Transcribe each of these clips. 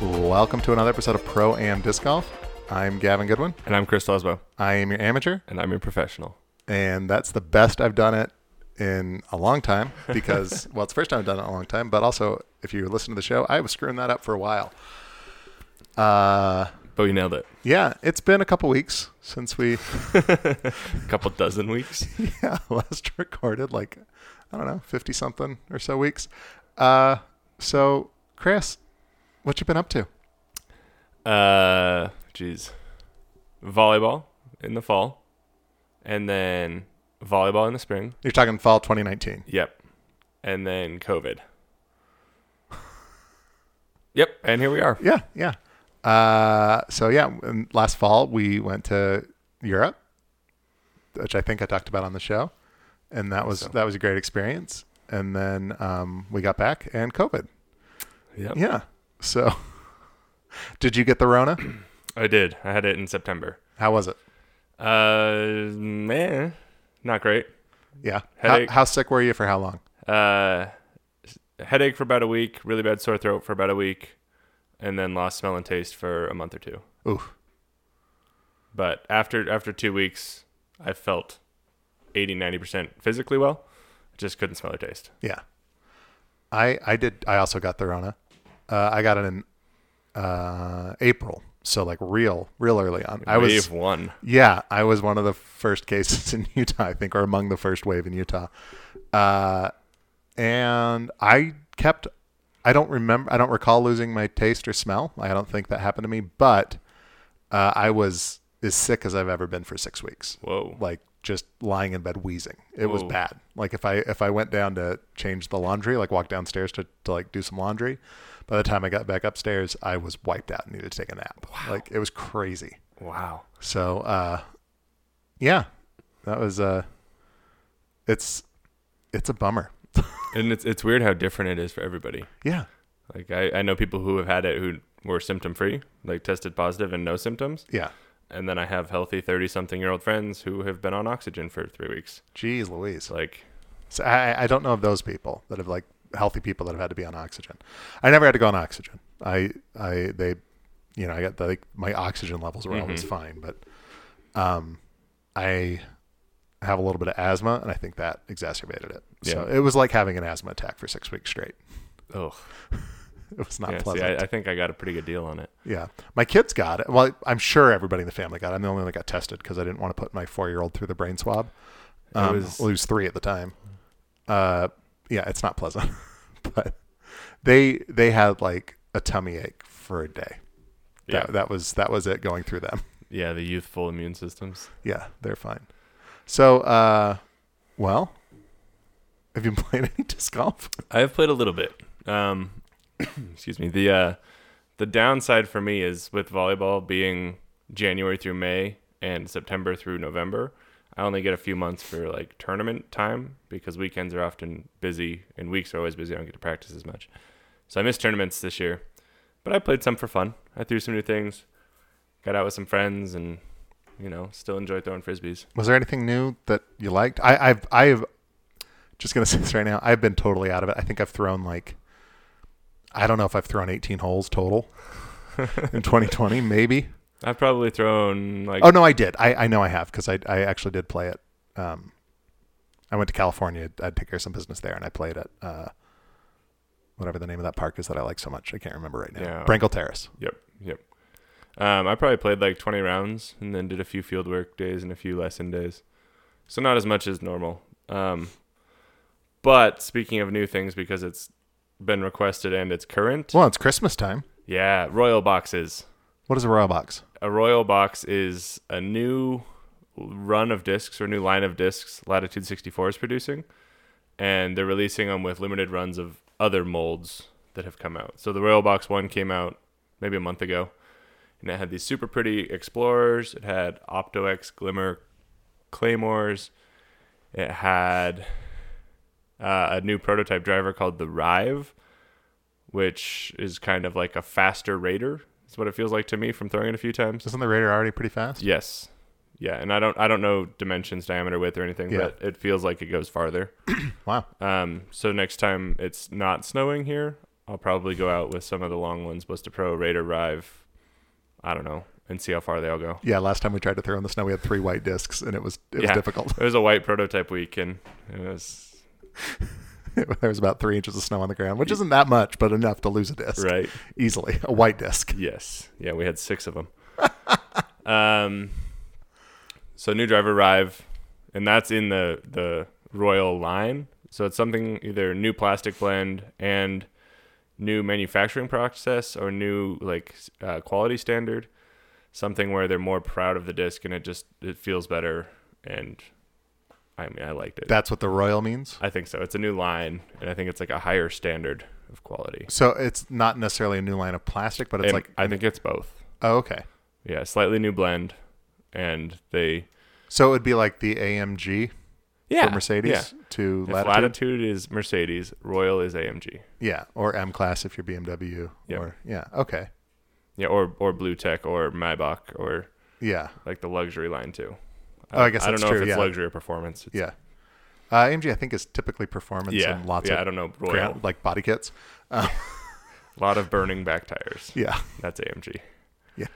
Welcome to another episode of Pro Am Disc Golf. I'm Gavin Goodwin. And I'm Chris Osbo, I am your amateur, and I'm your professional. and that's the best I've done it in a long time because, well, it's the first time I've done it in a long time, but also if you listen to the show, I was screwing that up for a while. Uh, But we nailed it. yeah, it's been a couple weeks since we A couple dozen weeks. yeah, last recorded like I don't know, fifty something or so weeks. Uh, so Chris, what you been up to? Uh, jeez. Volleyball in the fall, and then volleyball in the spring. You're talking fall 2019. Yep. And then COVID. Yep. And here we are. Yeah, yeah. Uh, so yeah, and last fall we went to Europe, which I think I talked about on the show, and that was so. that was a great experience. And then um, we got back and COVID. Yep. Yeah. So, did you get the Rona? I did. I had it in September. How was it? Uh, man, not great. Yeah. How, Headache. how sick were you for how long? uh, headache for about a week, really bad sore throat for about a week, and then lost smell and taste for a month or two. Oof. But after after two weeks, I felt 80, 90% physically well. Just couldn't smell or taste. Yeah. I I did I also got the Rona. Uh, I got it in uh, April, so like real real early on. I was Wave one. yeah, I was one of the first cases in Utah, I think, or among the first wave in Utah. Uh, and I kept I don't remember I don't recall losing my taste or smell. I don't think that happened to me, but uh, I was as sick as I've ever been for 6 weeks Whoa. like just lying in bed wheezing. It was Whoa. bad. Like if I if I went down to change the laundry, like walk downstairs to, to like do some laundry, by the time I got back upstairs, I was wiped out and needed to take a nap. Like it was crazy. Wow. So uh yeah. That was uh it's it's a bummer. And it's it's weird how different it is for everybody. Yeah. Like I, I know people who have had it who were symptom free, like tested positive and no symptoms. Yeah. And then I have healthy thirty something year old friends who have been on oxygen for three weeks. Jeez Louise. It's like So I I don't know of those people that have like healthy people that have had to be on oxygen. I never had to go on oxygen. I I they you know, I got the, like my oxygen levels were always Mhm. fine, but um I have a little bit of asthma and I think that exacerbated it. So it was like having an asthma attack for 6 weeks straight. oh It was not yeah, see, pleasant. I, I think I got a pretty good deal on it. Yeah. My kids got it. Well, I'm sure everybody in the family got it. I'm the only one that got tested because I didn't want to put my four year old through the brain swab. It Um, was- well, he was three at the time. Uh, yeah, it's not pleasant. but they they had like a tummy ache for a day. Yeah. That, that was that was it going through them. Yeah, the youthful immune systems. Yeah, they're fine. So, uh, well, have you played any disc golf? I have played a little bit. Um, excuse me. The uh, the downside for me is with volleyball being January through May and September through November, I only get a few months for like tournament time because weekends are often busy and weeks are always busy. I don't get to practice as much, so I missed tournaments this year. But I played some for fun. I threw some new things, got out with some friends, and you know, still enjoy throwing frisbees. Was there anything new that you liked? I, I've I've just gonna say this right now. I've been totally out of it. I think I've thrown like I don't know if I've thrown 18 holes total in 2020, maybe. I've probably thrown like Oh no, I did. I, I know I have because I I actually did play it. Um, I went to California. I took care of some business there, and I played at uh, whatever the name of that park is that I like so much. I can't remember right now. Yeah. Brinkle Terrace. Yep, yep. Um, I probably played like 20 rounds and then did a few field work days and a few lesson days. So not as much as normal. Um, but speaking of new things, because it's been requested and it's current. Well, it's Christmas time. Yeah, Royal Boxes. What is a royal box? A Royal Box is a new run of discs or new line of discs Latitude 64 is producing. And they're releasing them with limited runs of other molds that have come out. So the Royal Box 1 came out maybe a month ago. And it had these super pretty Explorers. It had OptoX Glimmer Claymores. It had uh, a new prototype driver called the Rive, which is kind of like a faster Raider. Is what it feels like to me from throwing it a few times. Isn't the radar already pretty fast? Yes. Yeah, and I don't I don't know dimensions, diameter, width, or anything, Yeah. but it feels like it goes farther. Wow. Um, so next time it's not snowing here, I'll probably go out with some of the long ones, Blister Pro, Raider, Rive, I don't know, and see how far they all go. Yeah, last time we tried to throw in the snow, we had three white discs, and it was it was Yeah. difficult. It was a white prototype week, and it was there was about three inches of snow on the ground, which isn't that much, but enough to lose a disc right. easily. A white disc. Yes. Yeah, we had six of them. um, so new driver arrive, and that's in the the Royal line. So it's something either new plastic blend and new manufacturing process or new like s- uh, quality standard. Something where they're more proud of the disc and it just it feels better. And I mean, I liked it. That's what the royal means. I think so. It's a new line, and I think it's like a higher standard of quality. So it's not necessarily a new line of plastic, but it's and like I think it's both. oh, okay. Yeah, slightly new blend, and they So it would be like the AMG yeah for Mercedes Yeah. to If Latitude. Latitude. is Mercedes, Royal is AMG. Yeah, or M class if you're BMW. Yeah. Or yeah, okay. Yeah, or or Blue Tech or Maybach or Yeah, like the luxury line too. Oh, I guess I don't that's know true, if it's yeah. luxury or performance. It's, yeah. Uh, AMG I think is typically performance yeah, and lots yeah. I of don't know Royal. ground, like body kits. lot of burning back tires. Yeah, That's AMG. yeah.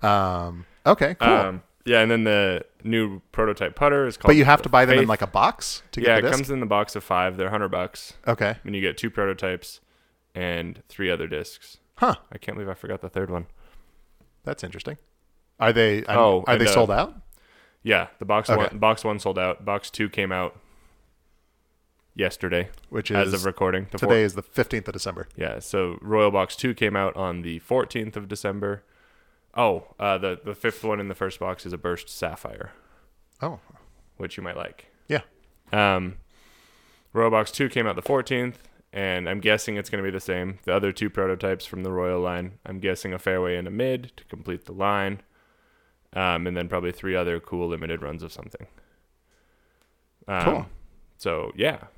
Um, okay, cool. Um, yeah, and then the new prototype putter is called. but you have to buy them in Faith. like a box to get yeah, the it disc. comes in the box of five. They're hundred bucks, okay, and you get two prototypes and three other discs. huh? I can't believe I forgot the third one. That's interesting. Are they? I'm- Oh, are and, they uh, sold out? Yeah, the box Okay. one box one sold out. Box two came out yesterday Which is as of recording. The today is the fifteenth of December. four- yeah. So Royal Box two came out on the fourteenth of December. Oh, uh, the the fifth one in the first box is a burst sapphire, Oh, which you might like. yeah. Um, Royal Box two came out the fourteenth, and I'm guessing it's going to be the same. The other two prototypes from the Royal line. I'm guessing a fairway and a mid to complete the line, um, and then probably three other cool limited runs of something. Um, Cool. So yeah,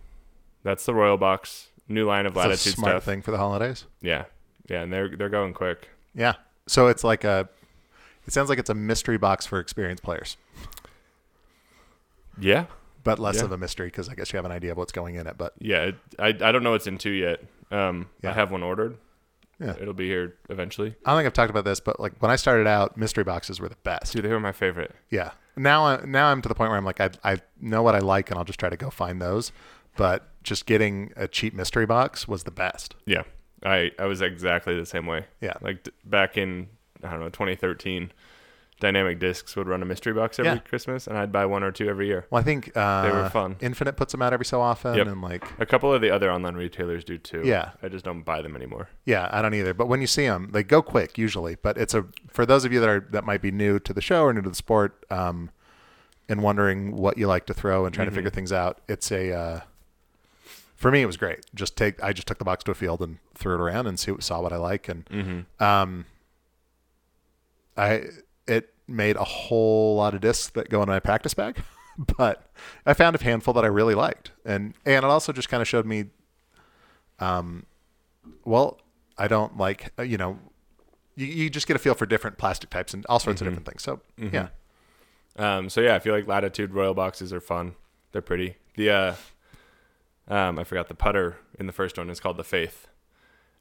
that's the Royal Box new line of That's a latitude smart stuff. thing for the holidays. Yeah, yeah, and they're they're going quick. Yeah. So it's like a. It sounds like it's a mystery box for experienced players, Yeah, but less Yeah. of a mystery because I guess you have an idea of what's going in it. But yeah. It, I I don't know what's in two yet. Um, I Yeah. have one ordered. Yeah. it'll be here eventually. I don't think I've talked about this, but like when I started out, mystery boxes were the best. Dude, they were my favorite. Yeah. Now, I, now I'm to the point where I'm like, I, I know what I like, and I'll just try to go find those. But just getting a cheap mystery box was the best. Yeah, I I was exactly the same way. Yeah. like d- back in I don't know 2013, Dynamic Discs would run a mystery box every Yeah. Christmas, and I'd buy one or two every year. Well, I think uh, They were fun. Infinite puts them out every so often, Yep. and like, A couple of the other online retailers do too. Yeah. I just don't buy them anymore. yeah, I don't either. But when you see them, they go quick usually. But it's a for those of you that are that might be new to the show or new to the sport, um, and wondering what you like to throw and trying to figure Mm-hmm. things out. It's a uh, for me, it was great. Just take I just took the box to a field and threw it around and see saw what I like and um, I it made a whole lot of discs that go in my practice bag, but I found a handful that I really liked, and and it also just kind of showed me, um, well, I don't like uh, you know, you, you just get a feel for different plastic types and all sorts of different things. So yeah, Um, so yeah, I feel like Latitude Royal boxes are fun. They're pretty. The uh, um, I forgot the putter in the first one is called the Faith,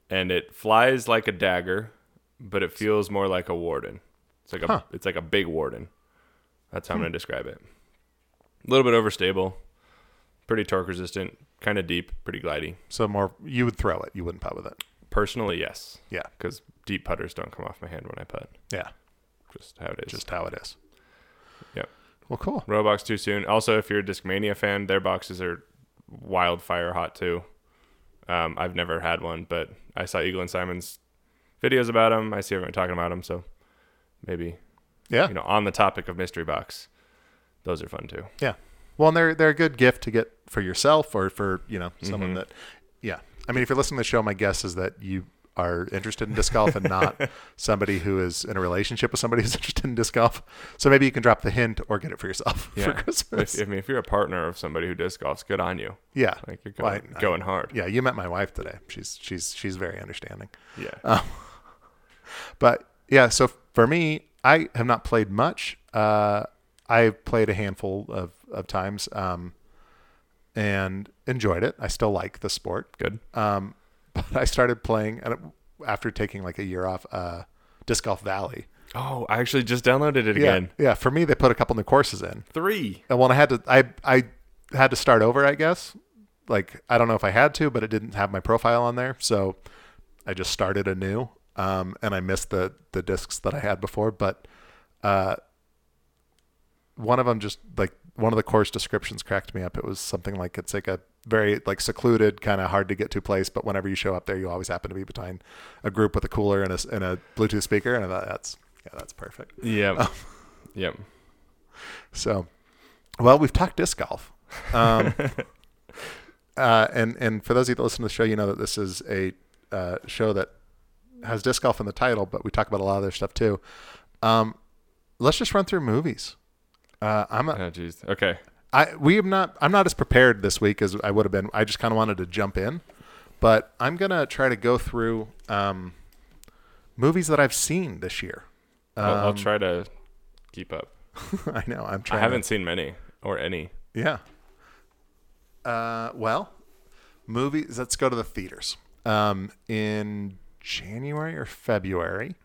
and it flies like a dagger, but it feels more like a warden. It's like a Huh. Hmm. it's like a big warden. That's how I'm gonna describe it. A little bit overstable, pretty torque resistant, kind of deep, pretty glidey. so more you would throw it, you wouldn't putt with it. Personally, yes, Yeah, because deep putters don't come off my hand when I putt. yeah, Just how it is. just how it is. Yep. Well, cool. Robox too soon. Also, if you're a Discmania fan, their boxes are wildfire hot too. Um, I've never had one, but I saw Eagle and Simon's videos about them. I see everyone talking about them, so maybe Yeah. you know on the topic of mystery box, those are fun too. Yeah. Well, and they're they're a good gift to get for yourself or for you know someone Mm-hmm. that. Yeah, I mean, if you're listening to the show, my guess is that you are interested in disc golf and not somebody who is in a relationship with somebody who's interested in disc golf. So maybe you can drop the hint or get it for yourself for Yeah. Christmas. If, I mean, if you're a partner of somebody who disc golf's, good on you. yeah, Like you're Well, I- going, going hard. yeah. You met my wife today. She's she's she's very understanding. Yeah. Uh. But yeah, so for me, I have not played much. Uh, I've played a handful of, of times um, and enjoyed it. I still like the sport. good. Um, But I started playing and it, after taking like a year off, uh, Disc Golf Valley. Oh, I actually just downloaded it Yeah, again. yeah. For me, they put a couple new courses in. Three. And when I had to, I I had to start over, I guess. Like I don't know if I had to, but it didn't have my profile on there, so I just started anew. Um, and I missed the the discs that I had before, but uh, one of them just like one of the course descriptions cracked me up. It was something like it's like a very like secluded, kind of hard to get to place, but whenever you show up there, you always happen to be behind a group with a cooler and a s- and a Bluetooth speaker, and I thought that's yeah, that's perfect. Yep. Oh. Yep. So, well, we've talked disc golf. Um, uh, and, and for those of you that listen to the show, you know that this is a uh, show that has disc golf in the title, but we talk about a lot of other stuff too. Um, let's just run through movies. Uh, I'm a, Oh, jeez. Okay. I we am not I'm not as prepared this week as I would have been. I just kind of wanted to jump in, but I'm gonna try to go through um, movies that I've seen this year. I'll, I'll Um, try to keep up. I know I'm trying. I to- haven't seen many or any. Yeah. Uh, well, movies. Let's go to the theaters. Um, in January or February.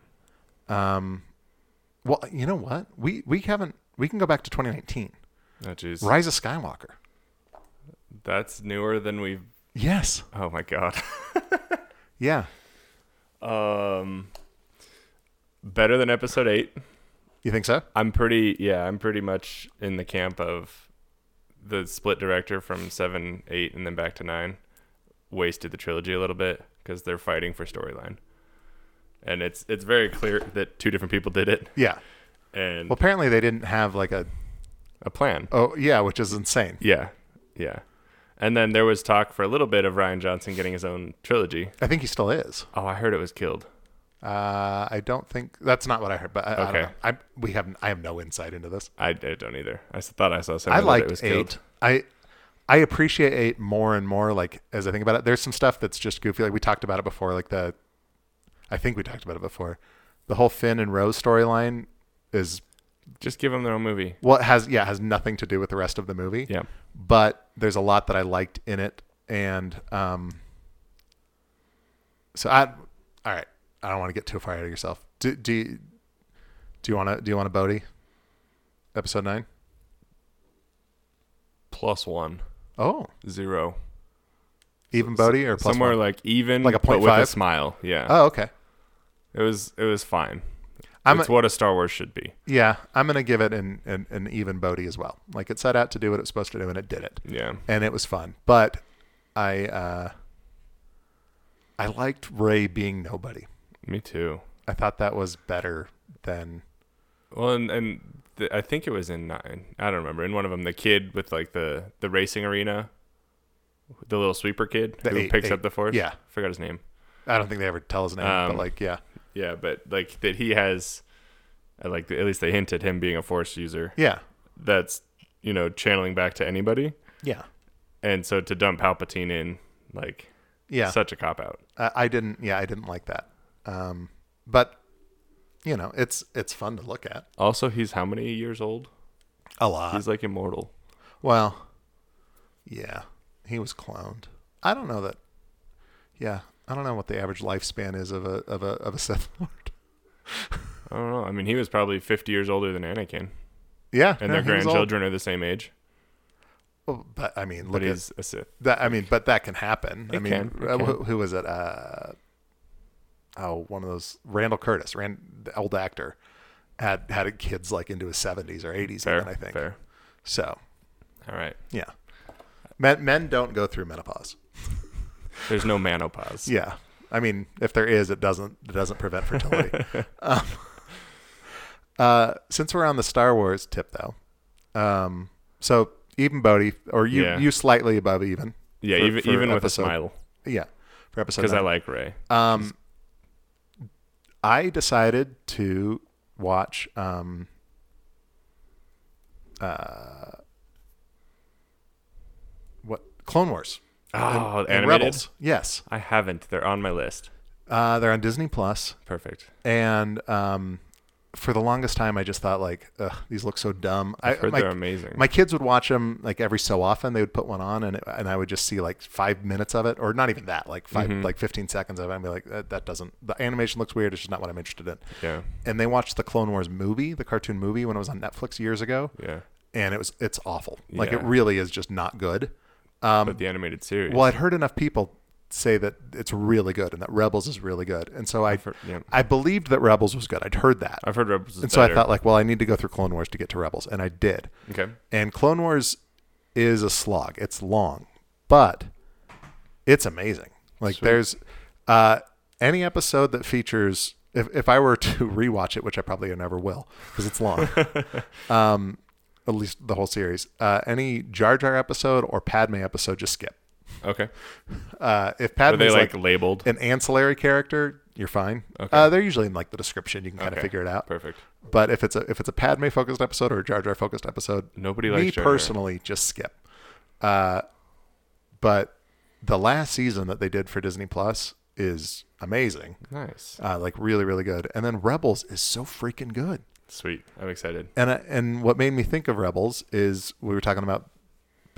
Um, well, you know what? We we haven't. We can go back to 2019. Oh, jeez. Rise of Skywalker. That's newer than we've. Yes. Oh my god. Yeah. Um, better than episode eight. You think so? I'm pretty. Yeah, I'm pretty much in the camp of the split director from seven, eight, and then back to nine. Wasted the trilogy a little bit because they're fighting for storyline, and it's it's very clear that two different people did it Yeah. and Well, apparently they didn't have like a. a plan. Oh yeah, which is insane. Yeah, yeah. And then there was talk for a little bit of Ryan Johnson getting his own trilogy. I think he still is. Oh, I heard it was killed. Uh, I don't think that's not what I heard, but I, I Okay. don't know. I we have I have no insight into this. I, I don't either. I s- thought I saw I something. it liked was eight. Killed. I I appreciate eight more and more. Like as I think about it, there's some stuff that's just goofy. Like we talked about it before. Like the, I think we talked about it before. The whole Finn and Rose storyline is Just give them their own movie. well, it has yeah it has nothing to do with the rest of the movie. Yeah. But there's a lot that I liked in it, and um. So I, all right. I don't want to get too far ahead of yourself. Do do you, do you want to do you want to Bodhi? Episode nine. Plus one. Oh, Zero. even Bodhi or plus Somewhere one? like even Like a but point with a five? smile. Yeah. Oh, okay. it was it was fine. I'm it's what a Star Wars should be. Yeah, I'm gonna give it an, an, an even Bodie as well. Like it set out to do what it was supposed to do, and it did it, Yeah. and it was fun. But I uh, I liked Ray being nobody. Me too. I thought that was better than Well, and and the, I think it was in nine. I don't remember. In one of them, the kid with like the the racing arena, the little sweeper kid The who eight- picks eight- up the force. yeah. Forgot his name. I don't think they ever tell his name, Um, but like yeah, Yeah, but like that he has, uh, like at least they hinted him being a force user. yeah, That's you know channeling back to anybody, yeah, and so to dump Palpatine in, like yeah. such a cop out. I, I didn't yeah I didn't like that. Um, but you know it's it's fun to look at Also, he's how many years old? a lot. He's like immortal. Well, yeah, he was cloned. I don't know that. Yeah, I don't know what the average lifespan is of a of a of a Sith Lord. I don't know. I mean, he was probably 50 years older than Anakin, Yeah, and no, he was their old. grandchildren are the same age. Well, But I mean, But look at he's a Sith. that. I mean, but that can happen. I It mean, can, it uh, can. who- who was it? Uh, oh, one of those Randall Curtis, Rand, the old actor, had had kids like into his seventies or eighties. Fair, I think fair. so. All right. Yeah, men men don't go through menopause. There's no manopause. Yeah, I mean, if there is, it doesn't it doesn't prevent fertility. um, uh, since we're on the Star Wars tip, though, um, so even Bodhi, or you Yeah. you slightly above even, Yeah, For- even for even with a episode smile, yeah, for episode because I nine. like Ray. um, I decided to watch um, uh, what Clone Wars Oh, and animated. Rebels. Yes, I haven't. They're on my list. uh, they're on Disney Plus. Perfect. and um, for the longest time, I just thought like, Ugh, these look so dumb. I, I've heard my, they're amazing. my kids would watch them like every so often. They would put one on, and it, and I would just see like five minutes of it, or not even that, like 5 Mhm. like fifteen seconds of it, and be like, that, that doesn't. The animation looks weird. It's just not what I'm interested in. yeah, And they watched the Clone Wars movie, the cartoon movie, when it was on Netflix years ago, yeah. and it was it's awful. Like it Yeah. really is just not good. Um, But the animated series. well, I'd heard enough people say that it's really good and that Rebels is really good, and so I I've heard, yeah, I believed that Rebels was good. I'd heard that, I've heard Rebels is and so better. I thought like, well, I need to go through Clone Wars to get to Rebels, and I did. okay, And Clone Wars is a slog. It's long, but it's amazing. Like Sweet. there's uh, any episode that features. If, if I were to rewatch it, which I probably never will, because it's long, um, at least the whole series. Uh, any Jar Jar episode or Padme episode, just skip. okay. Uh, if Are they Padme's like, like, labeled? an ancillary character, you're fine. Okay. Uh, they're usually in like the description. You can kind of Okay. figure it out. Perfect. But if it's a if it's a Padme focused episode or a Jar Jar focused episode, Nobody me likes Jar Jar. personally just skip. Uh, but the last season that they did for Disney Plus is amazing. Nice, Uh, like really, really good. And then Rebels is so freaking good. sweet. I'm excited. And I, and what made me think of Rebels is we were talking about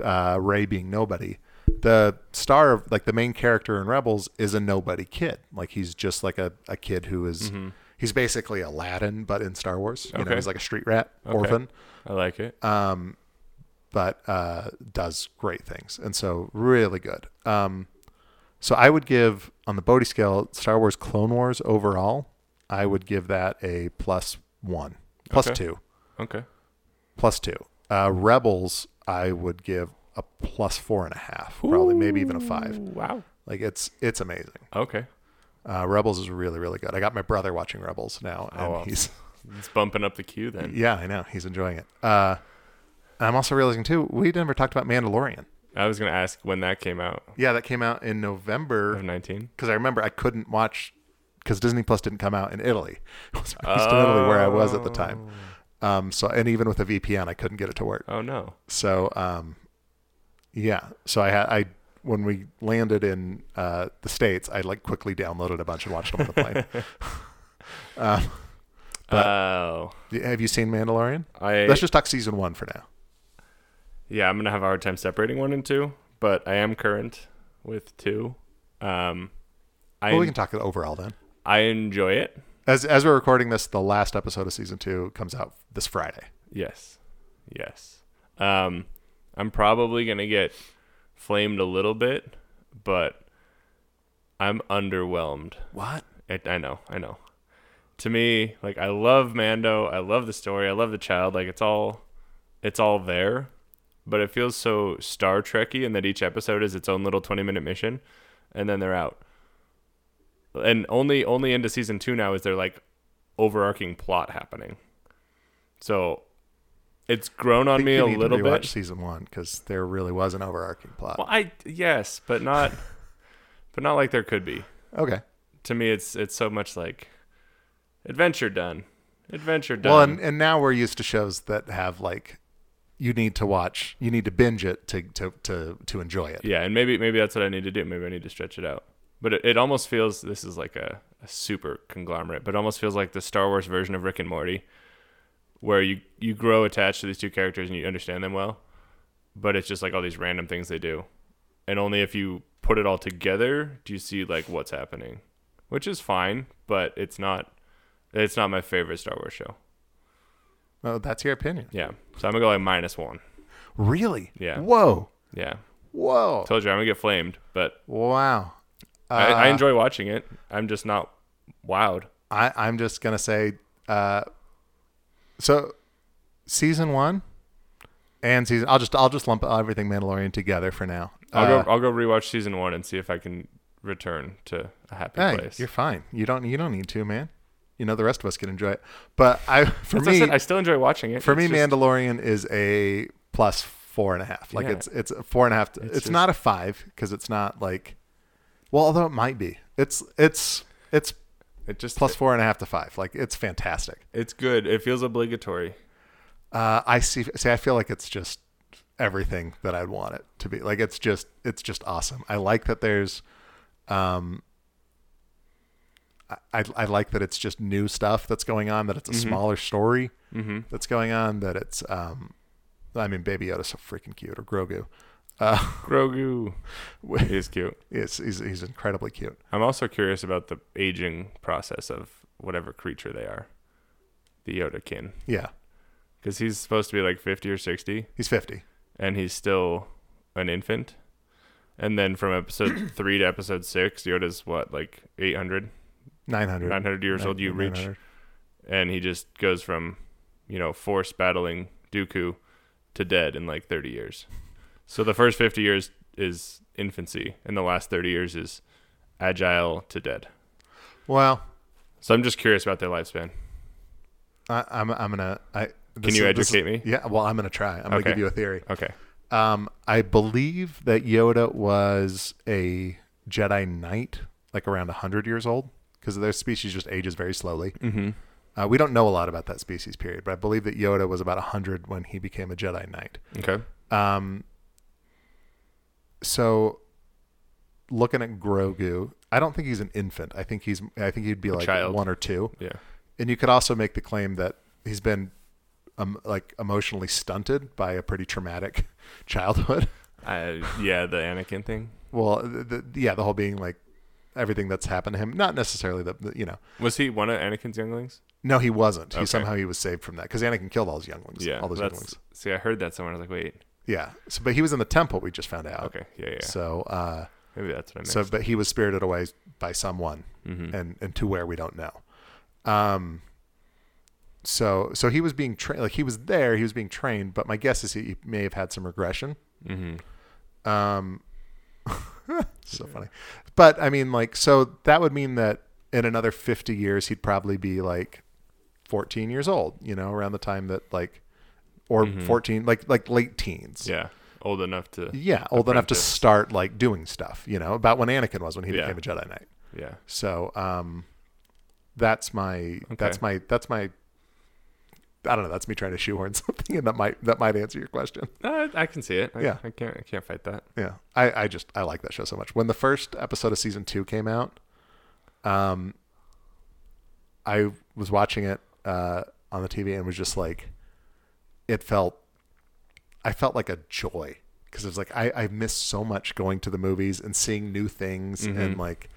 uh, Ray being nobody. The star of like the main character in Rebels is a nobody kid. Like he's just like a, a kid who is- he's basically Aladdin but in Star Wars. You know, Mm-hmm. Okay. he's like a street rat Okay. orphan. I like it. Um, but uh, does great things and so really good. Um, so I would give on the Bodhi scale Star Wars Clone Wars overall. I would give that a plus one, plus Okay. two Okay. plus two. Uh, Rebels, I would give a plus four and a half, probably maybe even a five. Wow. Like it's it's amazing. Okay. Uh, Rebels is really really good. I got my brother watching Rebels now, and Oh, wow. he's It's bumping up the queue then. yeah, I know he's enjoying it. Uh, and I'm also realizing too, we never talked about Mandalorian. I was gonna ask when that came out Yeah, that came out in November of 19. because I remember I couldn't watch because Disney Plus didn't come out in Italy. It was released in Italy where I was at the time. Um, so and even with a VPN, I couldn't get it to work. Oh no. So, um, yeah. So I had I when we landed in uh, the states, I like quickly downloaded a bunch and watched them on the plane. um, But- oh. y- have you seen Mandalorian? I Let's just talk season one for now. yeah, I'm gonna have a hard time separating one and two, but I am current with two. Um, I Well, we can talk it overall then. I enjoy it. As as we're recording this, the last episode of season two comes out this Friday. Yes, yes. Um, I'm probably gonna get flamed a little bit, but I'm underwhelmed. What? I, I know, I know. To me, like I love Mando, I love the story, I love the child. Like it's all, it's all there, but it feels so Star Trekky in that each episode is its own little twenty minute mission, and then they're out. And only only into season two now is there like overarching plot happening. So, it's grown on me a little to bit. rewatch season one because there really was an overarching plot. Well, I yes, but not, but not like there could be. Okay. to me it's it's so much like adventure done adventure done Well, and, and now we're used to shows that have like you need to watch, you need to binge it to to to, to enjoy it. yeah and maybe maybe that's what i need to do maybe i need to stretch it out but it, it almost feels this is like a, a super conglomerate but it almost feels like the star wars version of rick and morty where you you grow attached to these two characters and you understand them well but it's just like all these random things they do and only if you put it all together do you see like what's happening which is fine but it's not it's not my favorite star wars show Oh, that's your opinion. yeah so i'm gonna go like minus one Really? Yeah. Whoa. yeah Whoa. Told you I'm gonna get flamed, but Wow. Uh, I, I enjoy watching it. I'm just not wowed. I, I'm just gonna say, uh, so season one and season. I'll just I'll just lump everything Mandalorian together for now. I'll Uh, go. I'll go rewatch season one and see if I can return to a happy hey, place. you're fine. You don't you don't need to, man. You know the rest of us can enjoy it. But I for As I, me said, I still enjoy watching it. for me It's just- Mandalorian is a plus four and a half. Like Yeah. it's it's a four and a half. To, it's just- not a five because it's not like. Well, although it might be, it's it's it's it just plus four and a half to five. Like it's fantastic. It's good. It feels obligatory. Uh, I see. See, I feel like it's just everything that I'd want it to be. Like it's just it's just awesome. I like that there's, um, I, I like that it's just new stuff that's going on. That it's Mm-hmm. a smaller story that's going on. That it's um, I mean, Baby Yoda's so freaking cute, or Grogu. Uh, Grogu is cute. he's, he's he's incredibly cute. I'm also curious about the aging process of whatever creature they are, the Yoda kin, Yeah, because he's supposed to be like 50 or 60, he's fifty. and he's still an infant. And then from episode three to episode six, Yoda's what like 800, 900. 900 years old. You reach, 900. and he just goes from, you know, force battling Dooku to dead in like 30 years. So the first 50 years is infancy, and the last 30 years is agile to dead. Well, So I'm just curious about their lifespan. I, I'm I'm gonna. I, Can this you is- this is- educate me? Yeah. Well, I'm gonna try. I'm gonna Okay. give you a theory. Okay. Um, I believe that Yoda was a Jedi Knight, like around 100 years old, because their species just ages very slowly. Mm-hmm. Uh, we don't know a lot about that species period, but I believe that Yoda was about 100 when he became a Jedi Knight. Okay. Um, so looking at Grogu, I don't think he's an infant. I think he's I think he'd be like child. one or two. Yeah. And you could also make the claim that he's been um, like emotionally stunted by a pretty traumatic childhood. I, yeah, the Anakin thing. Well, the, the, yeah, the whole being like everything that's happened to him. Not necessarily that you know. Was he one of Anakin's younglings? No, he wasn't. He Okay. somehow he was saved from that because Anakin killed all his younglings. Yeah. all those that's- younglings. See, I heard that somewhere. I was like, wait. Yeah. So, but he was in the temple. We just found out. Okay. Yeah, yeah. So, uh, Maybe that's what I meant. so but he was spirited away by someone, mm-hmm. and and to where we don't know. Um. So so he was being trained. Like he was there. He was being trained. But my guess is he may have had some regression. mm-hmm. Um, so funny. But I mean, like, so that would mean that in another 50 years, he'd probably be like 14 years old, you know, around the time that like, or Mhm. 14, like, like late teens. Yeah. Old enough to. Yeah, old enough to Apprentice. start like doing stuff, you know, about when Anakin was when he Yeah. became a Jedi Knight. Yeah. So, um, that's my, that's my, that's my, I don't know. That's me trying to shoehorn something in that might, that might answer your question. Uh, I can see it. I, Yeah. I can't. I can't fight that. Yeah, I, I just I like that show so much. When the first episode of season two came out, um, I was watching it uh, on the TV and was just like, it felt, I felt like a joy because it was like I I missed so much going to the movies and seeing new things and like,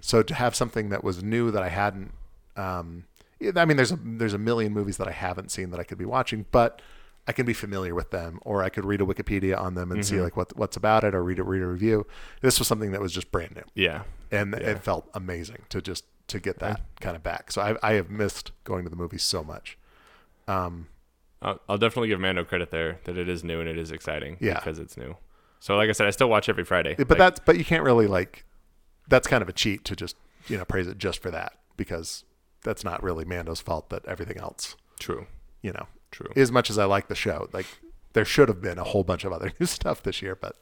so to have something that was new that I hadn't, um, yeah, I mean there's a there's a million movies that I haven't seen that I could be watching, but I can be familiar with them or I could read a Wikipedia on them and see Mm-hmm. like what what's about it or read a read a review. This was something that was just brand new Yeah. and Yeah. it felt amazing to just to get that kind of back. So I, I have missed going to the movies so much. Um, I'll, I'll definitely give Mando credit there that it is new and it is exciting. Yeah. Because it's new. So like I said, I still watch every Friday. but Like, that's but you can't really like that's kind of a cheat to just you know praise it just for that because that's not really Mando's fault that everything else true. you know True. as much as I like the show like there should have been a whole bunch of other new stuff this year but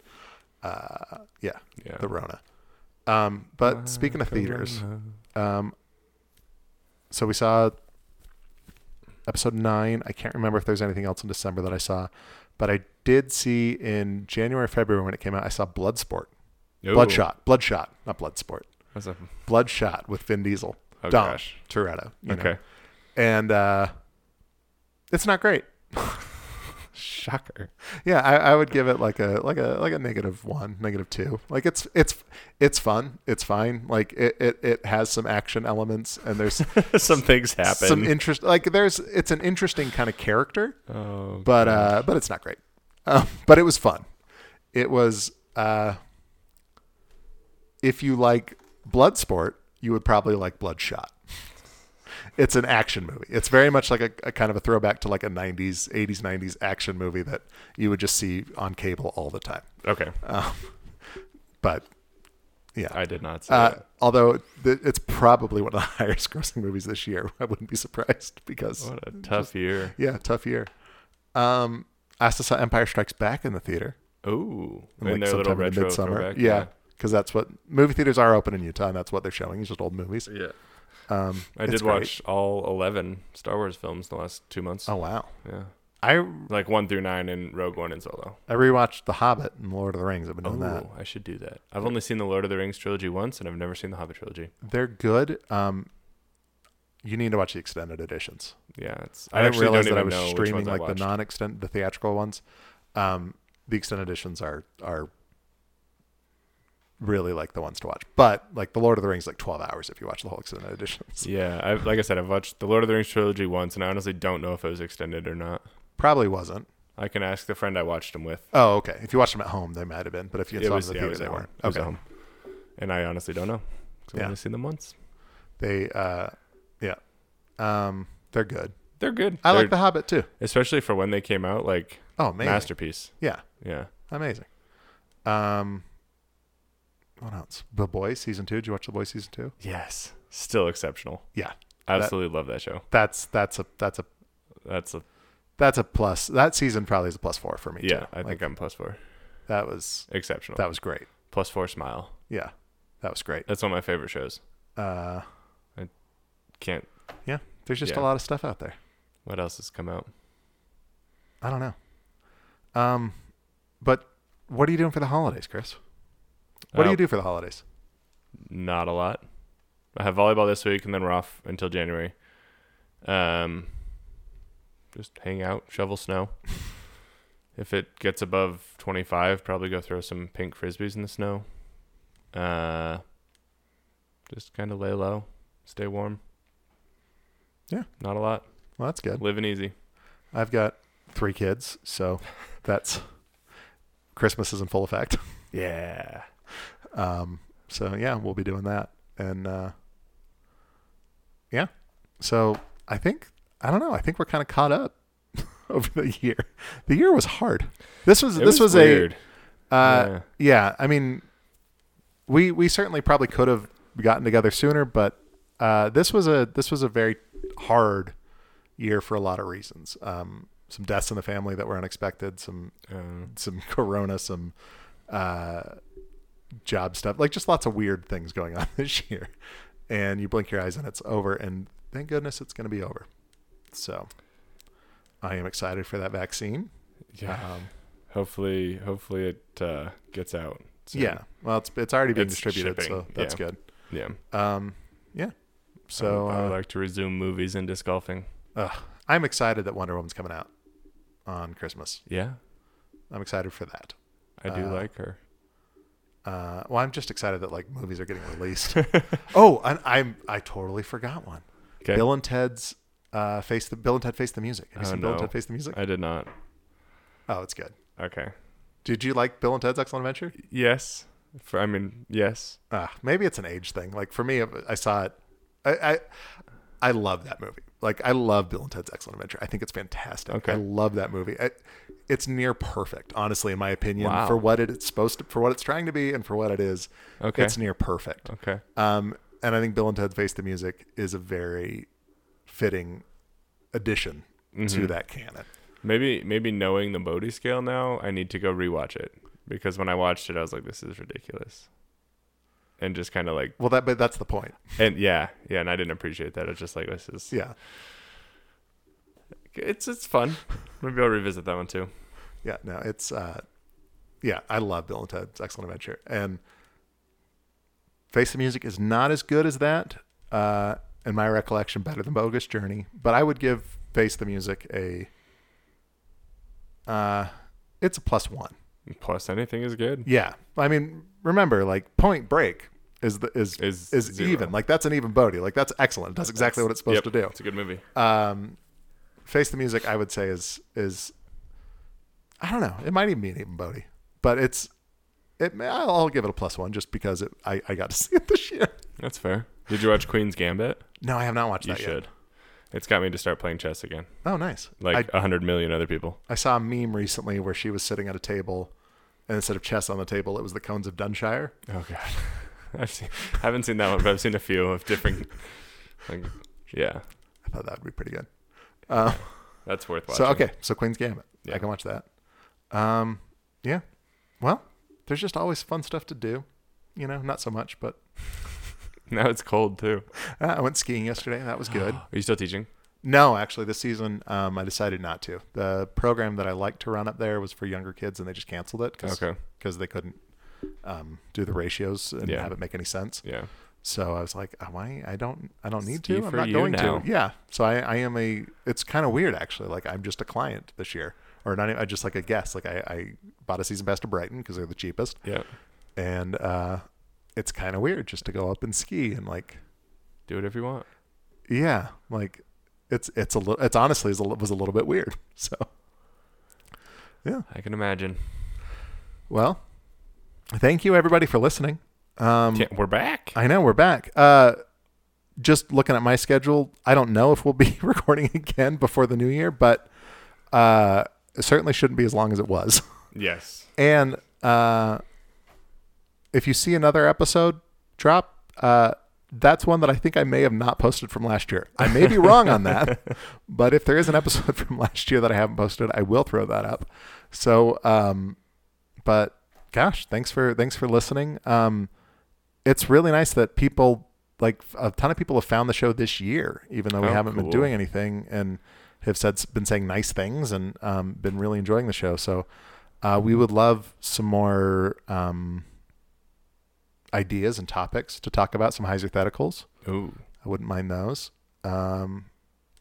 uh, yeah, Yeah. the Rona. Um, but speaking of theaters. Um, so we saw episode nine. I can't remember if there's anything else in December that I saw, but I did see in January, February when it came out. I saw Bloodsport, Ooh, Bloodshot, Bloodshot, not Bloodsport, That's a, Bloodshot with Vin Diesel, oh Dom gosh. Toretto. you know. Okay. and uh, it's not great. Shocker. Yeah, I, I would give it like a like a like a negative one, negative two. Like it's it's it's fun, it's fine. Like it it, it has some action elements, and there's Some things happen. some interest like there's it's an interesting kind of character oh, but uh but it's not great um, but it was fun it was uh if you like bloodsport you would probably like bloodshot it's an action movie it's very much like a, a kind of a throwback to like a 90s 80s 90s action movie that you would just see on cable all the time okay. um, but yeah I did not see uh, that. although th- it's probably one of the highest grossing movies this year. I wouldn't be surprised because, What a tough year. yeah, tough year. Um, I also saw Empire Strikes Back in the theater. Ooh. in, in their little sometime in retro midsummer. throwback. Yeah, because that's what movie theaters are open in Utah, and that's what they're showing. It's just old movies. Yeah. Um, I it's did great. watch all 11 Star Wars films in the last two months. Oh wow, Yeah. I like one through nine and Rogue One and Solo. I rewatched The Hobbit and Lord of the Rings. I've been doing that. I should do that. I've only seen the Lord of the Rings trilogy once, and I've never seen the Hobbit trilogy. They're good. Um, you need to watch the extended editions. Yeah, it's. I, didn't actually realize don't that I even was know which streaming ones I like the watched. non-extend, the theatrical ones. Um, the extended editions are are really like the ones to watch. But like the Lord of the Rings, is, like twelve hours if you watch the whole extended editions. Yeah, I've, like I said, I've watched the Lord of the Rings trilogy once, and I honestly don't know if it was extended or not. Probably wasn't. I can ask the friend I watched them with. Oh, okay. If you watched them at home, they might have been. But if you it saw was, them yeah, it in the was theater, at they home. weren't. It was at Okay. home. And I honestly don't know. 'cause I've Yeah. only seen them once. They, uh, yeah, um, they're good. They're good. I They're- like The Hobbit too. especially for when they came out. Like Oh, amazing. masterpiece. Yeah, Yeah, amazing. Um, what else? The Boys season two. Did you watch The Boys season two? yes, still exceptional. Yeah, Absolutely love that show. that's that's a that's a That's a that's a plus. That season probably is a plus four for me. yeah. too. I think I'm plus four. that was Exceptional. that was great. plus four smile. Yeah, that was great. That's one of my favorite shows. Uh, Can't. there's just a Yeah. lot of stuff out there. What else has come out? I don't know. Um, but what are you doing for the holidays, Chris? What do Uh, you do for the holidays? Not a lot. I have volleyball this week, and then we're off until January. Um, just hang out, shovel snow. if it gets above 25, probably go throw some pink frisbees in the snow. Uh, just kind of lay low, stay warm. Yeah. not a lot. Well, that's good. Living easy. I've got three kids, so that's Christmas is in full effect. Yeah. Um, so yeah, we'll be doing that, and uh, yeah. So I think I don't know. I think we're kind of caught up over the year. The year was hard. This was this was, weird. a uh, Yeah. yeah. I mean, we we certainly probably could have gotten together sooner, but uh, this was a this was a very hard year for a lot of reasons. Um, some deaths in the family that were unexpected. Some Uh, some corona some uh job stuff like just lots of weird things going on this year and you blink your eyes and it's over and thank goodness it's going to be over so i am excited for that vaccine yeah. um, Hopefully, hopefully it uh, gets out. soon. yeah well it's it's already been It's distributed so shipping, that's yeah. good yeah. um yeah So so I would, uh, like to resume movies and disc golfing. ugh, i'm excited that wonder woman's coming out on christmas Yeah, i'm excited for that I do Uh, like her. Uh, well, I'm just excited that like movies are getting released. oh, and I'm I totally forgot one. 'Kay. Bill and Ted's uh, face the Bill and Ted face the music. Have you Oh, seen Bill and no. Ted face the music? I did not. Oh, it's good. Okay. Did you like Bill and Ted's Excellent Adventure? Yes. For I mean, yes. Uh, maybe it's an age thing. Like for me, I saw it. I, I I love that movie. Like I love Bill and Ted's Excellent Adventure. I think it's fantastic. Okay. I love that movie. I, it's near perfect, honestly, in my opinion, Wow. for what it's supposed to, for what it's trying to be, and for what it is. Okay. It's near perfect. Okay. Um, and I think Bill and Ted's Face the Music is a very fitting addition Mm-hmm. to that canon. Maybe maybe knowing the Bodhi scale now, I need to go rewatch it because when I watched it, I was like, this is ridiculous. And just kind of like, Well, that but that's the point. and yeah, yeah, and I didn't appreciate that. I was just like, this is, Yeah, it's it's fun. Maybe I'll revisit that one too. yeah. No, it's uh, yeah. I love Bill and Ted's Excellent Adventure, and Face the Music is not as good as that. Uh, in my recollection, better than Bogus Journey, but I would give Face the Music a. Uh, it's a plus one. Plus, anything is good. Yeah, I mean, remember, like Point Break is the is Is is zero. even like that's an even Bodie. Like that's excellent. It does exactly what it's supposed Yep, to do. It's a good movie. Um, Face the Music, I would say is is I don't know. It might even be an even Bodie, but it's it. may- I'll I'll give it a plus one just because it, I I got to see it this year. That's fair. Did you watch Queen's Gambit? No, I have not watched You that should. yet. It's got me to start playing chess again, Oh, nice. like a hundred million other people. I, I saw a meme recently where she was sitting at a table, and instead of chess on the table, it was the cones of Dunshire. Oh god, I've seen, haven't seen that one, but I've seen a few of different. Like, yeah, I thought that would be pretty good. Uh, that's worth watching. So okay, so Queen's Gambit. I Yeah. can watch that. Um, yeah. Well, there's just always fun stuff to do. You know, not so much, but now it's cold too. uh, I Ah, went skiing yesterday. That was good. Are you still teaching? No, actually, this season um, I decided not to. The program that I liked to run up there was for younger kids, and they just canceled it because Okay. they couldn't um, do the ratios and Yeah. have it make any sense. Yeah. So I was like, oh, I, I don't, I don't need Ski to. I'm for not you going now. to. Yeah. So I, I am a. It's kind of weird actually. Like I'm just a client this year, or not. even- I just like a guest. Like I, I bought a season pass to Brighton because they're the cheapest, Yeah. and uh, it's kind of weird just to go up and ski and like Do whatever you want. yeah like it's it's a little it's honestly is a, li- was a little bit weird so I can imagine. well thank you everybody for listening um Can't- we're back. i know we're back uh just looking at my schedule i don't know if we'll be recording again before the new year but uh it certainly shouldn't be as long as it was yes. and uh if you see another episode drop uh that's one that I think I may have not posted from last year. I may be wrong on that, but if there is an episode from last year that I haven't posted, I will throw that up. So, um, but gosh, thanks for thanks for listening. Um, it's really nice that people like a ton of people have found the show this year, even though we Oh, haven't been cool. doing anything and have said been saying nice things and um, been really enjoying the show. So, uh, we would love some more um, ideas and topics to talk about, some hypotheticals. Ooh. I wouldn't mind those. Um,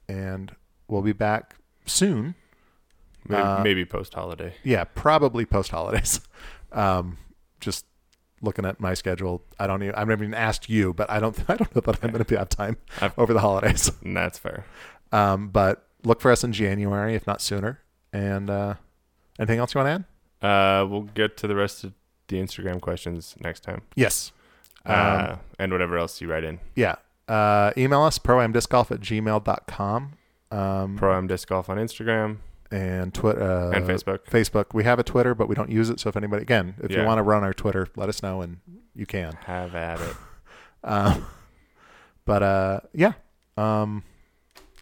and we'll be back soon. Maybe, Uh, maybe post holiday. Yeah, probably post holidays. Um, just looking at my schedule, I don't even. I've never even asked you, but I don't. I don't know that I'm going to be out of time I've- over the holidays. That's fair. Um, but look for us in January, if not sooner. And uh, anything else you want to add? Uh, we'll get to the rest of the Instagram questions next time. Yes. Um, uh, and whatever else you write in. Yeah. Uh, email us proamdiscgolf at gmail.com. Um, Pro Am Disc Golf on Instagram and Twitter uh, and Facebook. Facebook. We have a Twitter, but we don't use it. So if anybody, again, if you Yeah. want to run our Twitter, let us know and you can. Have at it. Um, but uh, yeah, um,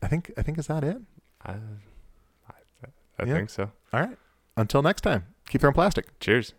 I think I think is that it. I, I, I Yeah. think so. All right. Until next time, keep throwing plastic. Cheers.